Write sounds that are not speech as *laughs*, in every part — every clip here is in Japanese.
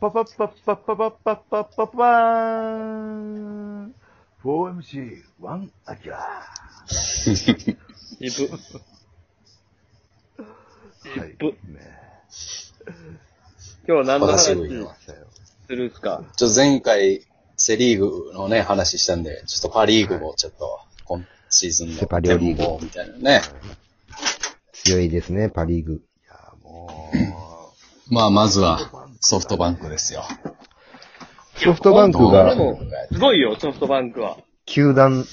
パパッパッパッパパッパッパッパッパーン !4MC1 アキラいぶ。ー。はい。ぶね今日何の話私すもえ。言るいんまですかちょ、前回、セリーグのね、話したんで、ちょっとパリーグもちょっと、今シーズンのセパリオリー展グ望みたいなね。強いですね、パリーグ。いや、もまあ、まずは、ソフトバンクですよ。ソフトバンクああででが、もも、すごいよ、ソフトバンクは。球団、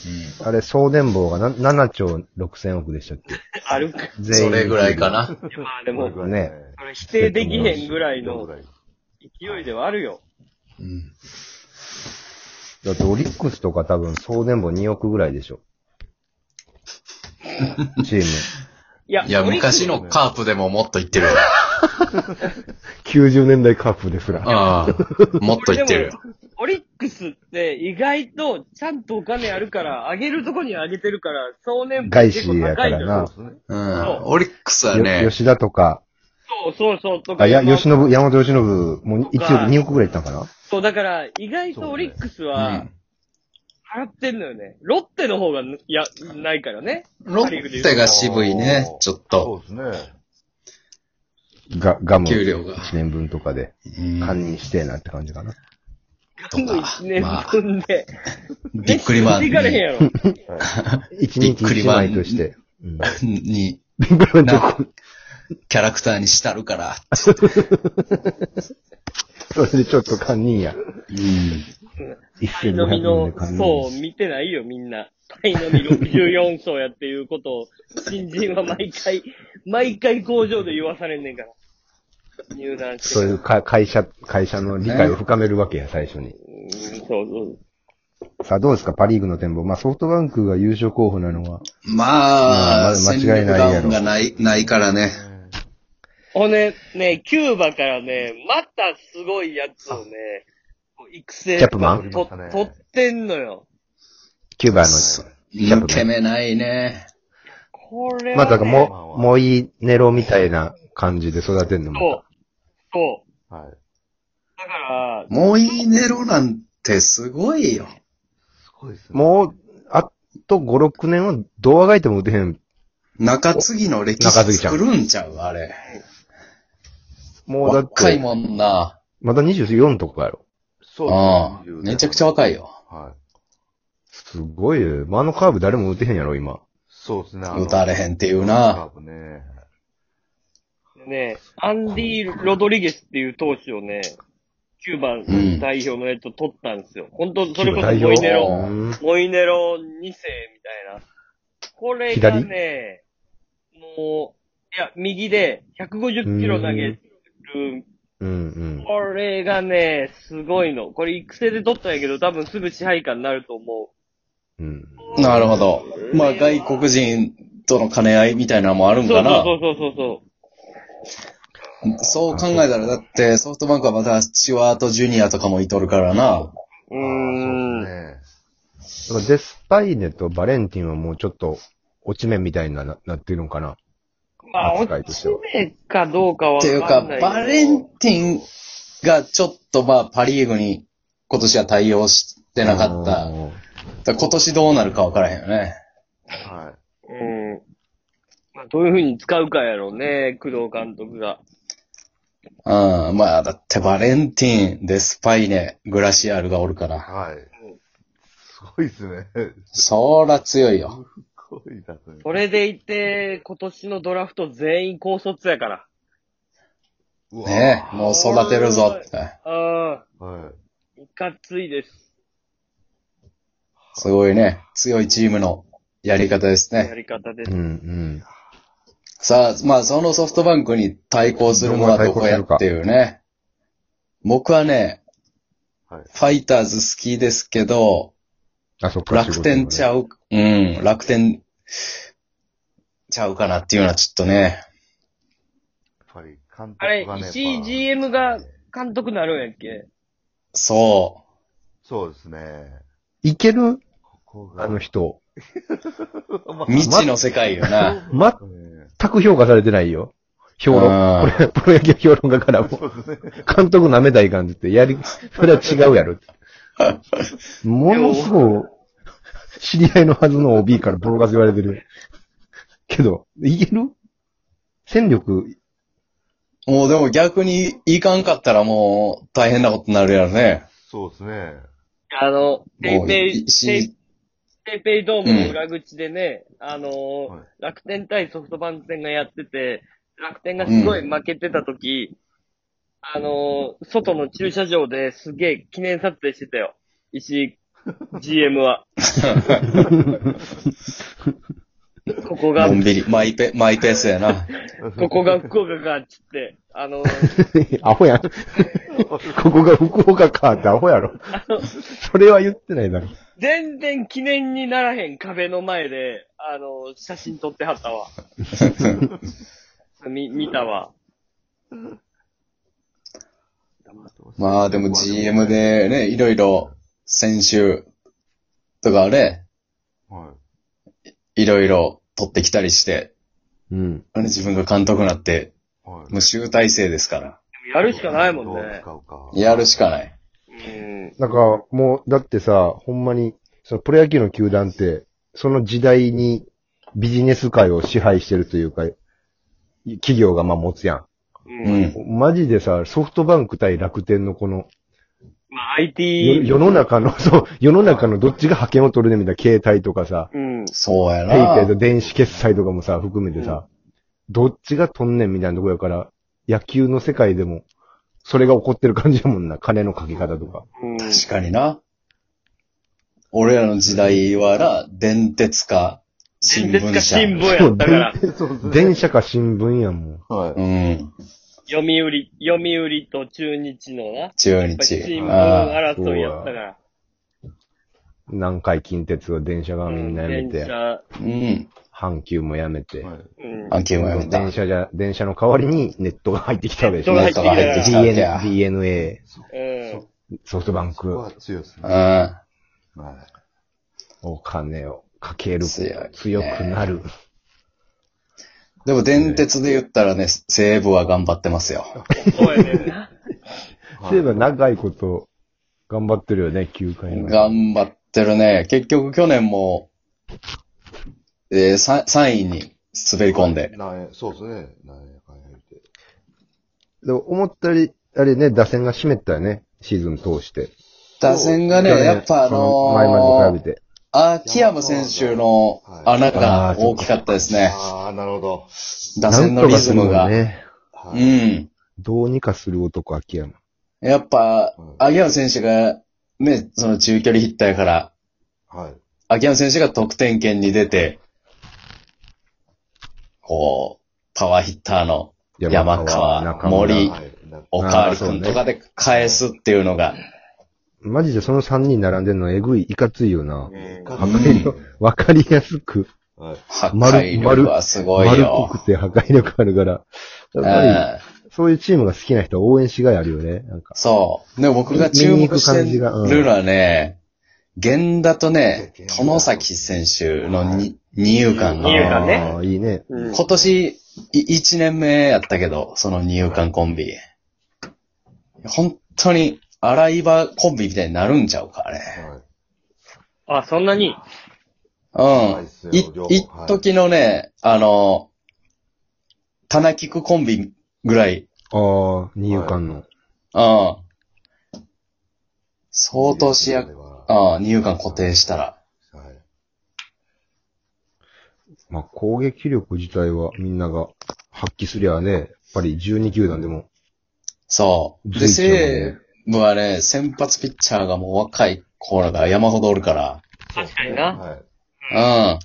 あれ、総年俸がな7兆6千億でしたっけあるか。全員。それぐらいか。な。まあでう、も、ここれぐらいれね否定できへんぐらいこのれぐらい勢いではあるよ。うん。だってオリックスとか多分総年俸2億ぐらいでし *laughs* ょ。チーム。いやいや、昔の。のカープでももっとい *laughs* ってるよ。 90年代カップですら。ああ、もっといってるよ。オリックスって意外とちゃんとお金あるから、あげるとこにあげてるから、総年俸外結資構や高かいのらなよ。。そうですね。うん。オリックスはよね、吉田とか、そうそうそう。とかあ、や、山吉信、山本吉信、もう1億、とか2億ぐらいいったんかなそう、だから、意外とオリックスうはん、払ってんのよね。ロッテの方が、いや、ないからね。ロッテが渋いね、ちょっそと、うですね。が、ガム。給料が1年分とかで、うん堪忍してえなって感じかな。ガム1年分で。びっくりマンいかれへんにやろ。 1日1枚として。 *laughs* うんにビッグバンドなキャラクターにしたるから。それでちょっと堪忍や。うん。一パイ千五の百みの円で堪層忍。見てないよ、みんな。パイのみ64層やっていうことを、新人は毎回、 *laughs* 毎回工場で言わされんねんから。入団して。そういうか会社、会社の理解を深めるわけや、最初に。うんそうそう。さあ、どうですかパリーグの展望。まあ、ソフトバンクが優勝候補なのは、ままあ、あま戦間違略いないやダろウンがない、ないからね。ほんで、ね、キューバからね、またすごいやつをね、こう育成キャップマンと取ってんのよ。キューバの、抜け目ないね。これは、ね、まあ、だからも、もういいネロみたいな感じで育てんのそうも。。そう。はい。だから、もういいネロなんてすごいよ。すごいですね。もう、あと5、6年はどうあがいても打てへん。中継ぎの歴中継史ぎちゃん作るんちゃうあれ。もうだっ若いて、もんな。まだ24とかやろ。そうああですね。めちゃくちゃ若いよ。はい。すごいよ。まあ、あのカーブ誰も打てへんやろ、今。そうですね。あの打たれへんっていうカな。ーブね。ね、アンディ・ロドリゲスっていう投手をね、キューバ代表のやつを取ったんですよ。本当それこそキューバモイネ代ロ、表うんモイネロ2世みたいな。これがね、もう、いや、右で150キロ投げる。うんうん。これがね、すごいの。これ育成で取ったんやけど、多分すぐ支配下になると思うん。なるほど。まあ、外国人との兼ね合いみたいなのもあるう。んそかうな。そうそうそうそそう考えたら、だってソフトバンクはまたチワートジュニアとかもいとるからな。う。うーああん。だからデスパイネとバレンティンはもうちょっと落ち目みたいにななってるのかな。まあ、扱い落としちては目かどうかはっわてかんいなういか、けどバレンティンがちょっとまあパリーグに今年は対応してなかった。あのーだから今年どうなるか分からへんよね。そうですねはい。うん。まあ、どういうふうに使うかやろうね、工藤監督が。うん。まあ、だってバレンティン、デスパイネ、グラシアールがおるから。はい。すごいですね。そら強いよ。すごいですね。それでいて、今年のドラフト全員高卒やから。うわねえ、もう育てるぞって。あはあ、いかついです。すごいね。強いチームのやり方ですやね。り方でうす。んうん。さあ、まあ、そのソフトバンクに対抗するのはどこやっていうね。僕はね、はいファイターズ好きですけど、あ、そっか。楽天ちゃう。う、うん、楽天ちゃうかなっていうのはちょっとね。い。やっぱり、監督あれが、ね。石やっ井ぱ GM が監督なるんやっけそそうですね。いけるここが。あの人。う。未知の世界よな。 *laughs* 全く評価されてないよ。評論、あこれ、プロ野 *laughs* 球評論家からも、そうですね。監督舐めたい感じって、やり、 *laughs* それは違うやろって。ものすごい、知り合いのはずの OB からボロカス言われてる。けど、いける戦力、 *laughs* もうでも逆にいかんかったらもう大変なことになるやろね。そうです *laughs* ね。あの、ペもイうペイ、いペイし、ペイペイドームの裏口でね、あのーはい楽天対ソフトバンク戦がやってて、楽天がすごい負けてた時、あのー外の駐車場ですげえ記念撮影してたよ。石井 GM *laughs* は。ここがの、んびり、マイペ、マイペースや *laughs* な。ここ *laughs* が福岡か、つって。あのー、アホやん。ここが福岡かってアホやろ。それは言ってないだろ。全然記念にならへん壁の前で、あの、写真撮ってはっ *laughs* たわ。み、見たわ。まあでも GM でね、いろいろ、先週とかね、はい。いろいろ取ってきたりして、うん。自分が監督になって、はい。もう集大成ですから。やるしかないもんどうね。使うか。やるしかない。うん。なんか、もう、だってさ、ほんまに、そのプロ野球の球団って、その時代にビジネス界を支配してるというか、企業がまあ持つやん。ううん。ん。マジでさ、ソフトバンク対楽天のこの、まあ、よ IT、世の中の、そう、世の中のどっちが派遣を取るねみたいな、携帯とかさ、うん。そうやペイペイなと。電子決済とかもさ、含めてさ、どっちが取んねんみたいなとこやから、野球の世界でも、それが起こってる感じやもんな、金のかけ方とか。うん。確かにな。俺らの時代はな、電鉄か、新新聞聞か社。新聞やったから、そうですね。電車か新聞やもん。はい。うん。読売、読売と中日のな、やっ中ぱり日。新聞ああ争いやったから、南海近鉄を電車がみんなやめ電て、車、うん。阪急もやめて、はい。うん。アンケーもやめた。電車じゃ、電車の代わりにネットが入ってきたわけでしょ。ネネッットトがが入入っってきてきたたわわ DN けや。うん。 DNA、うん。ソフトバンそこク、は強いですね。あはい。お金をかける、強いね強くなる。でも電鉄で言ったらね、西武は頑張ってますよ。そうやねんな。そういえば長いこと頑張ってるよね、9回目。頑張ってるね。結局去年も、えー、3, 位に滑り込んで。なんやそうですね。なんやかんや言うて。でも思ったより、あれね、打線が湿ったよね、シーズン通して。打線がね、去年やっぱあそ前までの比べて。ー、秋山選手の穴が大きかったですね。ああ、なるほど。打線のリズムが。なんとかするもんね。はうい。ん。どうにかする男、秋山。やっぱうん、秋山選手が、ね、その中距離ヒッターやから、はい。秋山選手が得点圏に出て、こう、パワーヒッターの山川森はい。なんかおかわりくんとかで返すっていうのが、マジでその3人並んでるのえぐい、いかついよな。うん破壊力、わかりやすく、はい。破壊力はすごい丸っよこ。くて破壊力あるから。やっぱうんり、そういうチームが好きな人は応援しがいあるよね。なんか、そう。でも僕が注目して見にる行く感じがうんのはね、源田とね、殿崎選手のに二遊間二遊間の、ねああいいね。うん。今年い1年目やったけど、その二遊間コンビ。本当に洗い場コンビみたいになるんちゃうかね。はい。あ、そんなにいっすうよん。い両、方一時のね、あの、金菊コンビぐらいああ、二遊間うの。ん。相当主役、はうん、二遊間固定したら。い。まあ、攻撃力自体はみんなが発揮すりゃね、やっぱり12球団でも。そう。で、随一やもん西ね武はね、先発ピッチャーがもう若い子らが山ほどおるか確かにな。はら、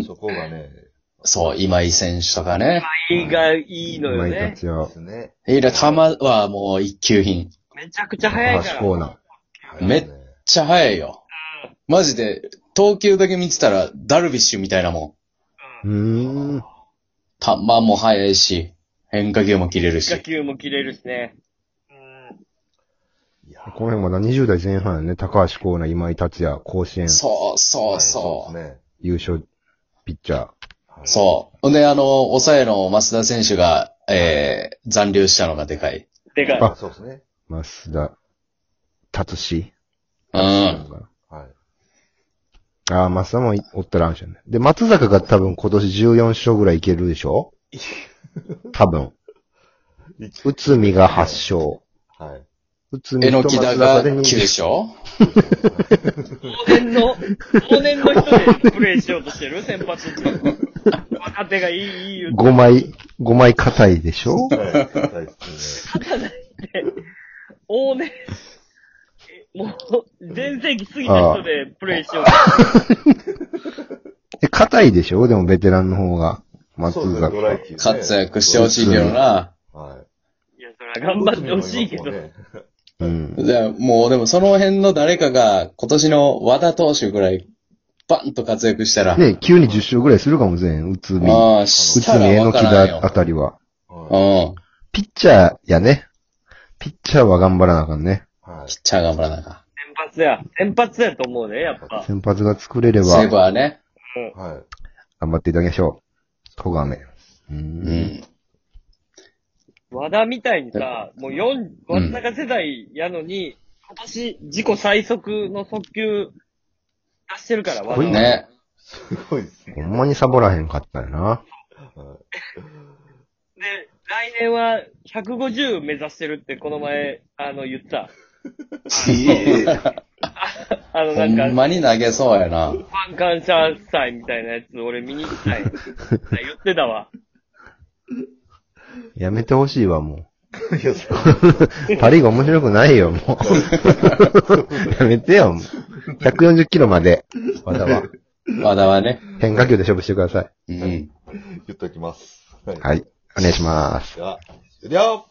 い。そこがね、うん。そう、今井選手とかね。いいがいいのよ今井ね。達で也、すね。いる球はもう一級品。めっめちゃくちゃ早い高か橋ら。コーナー。めっちゃ速いよ。マジで、投球だけ見てたら、ダルビッシュみたいなもん。うーん。球も速いし、変化球も切れる変化し。球も切れるしね。いやこの辺まだ20代前半やね。高橋コーナー、今井達也、甲子園そうそうそはいそう。うですね。優勝ピッチャー。はいそう。ほんで、あの、抑えの増田選手が、えー、残留したのがでかい。でかい。あそうですね。増田、達志。うん。はい。ああ、増田もいおったら安心ね。で、松坂が多分今年14勝ぐらいいけるでしょ多分。内海が8勝。はい。内海えのときだ松が坂で9 20勝往年の、往年の人でプレイしようとしてる先発って。若手がいい、いい言うて。 5枚、5枚硬いでしょはいはいですね往年、えもう、全盛期過ぎた人でプレイしようとしてえ、硬いでしょでもベテランの方が。松そうですね坂。ドライキーね活躍してほしいけどな。はる。いや、それい。は頑張ってほしいけど。内海もいますうん。じゃあ、もうでもその辺の誰かが今年の和田投手ぐらい、バンと活躍したら、ね、急に10勝ぐらいするかもしれん。内海。内ああ、した海、らえわのかきらんよだあ。たりは。もんうねん。ピッチャーやね。ピッチャーは頑張らなあかんね。はい。はピッチャー頑張らなあか先発や。先発やと思うね、やっぱ。先発が作れれん。セーブば、はね。い。はい。頑張っていただきましょう。戸亀。う。うんん。和田みたいにさ、もう4、和田中世代やのに、今年自己最速の速球出してるから、和ごい田。ね。すごい *laughs* ですね。ほんまにサボらへんかったよな。はいで、来年は150目指してるってこの前、あの、言った。あの、ほなんか、んまに投げそうやな。ファン感謝祭みたいなやつ、俺見に行きたい。言ってたわ。やめてほしいわ、もいや、そうう。 *laughs* パリーが面白くないよ、 *laughs* もう。やめてよ、もう。140キロまで、まだは。和田はね。変化球で勝負してください。うん。言っておきます。はい。はい。お願いします。では、では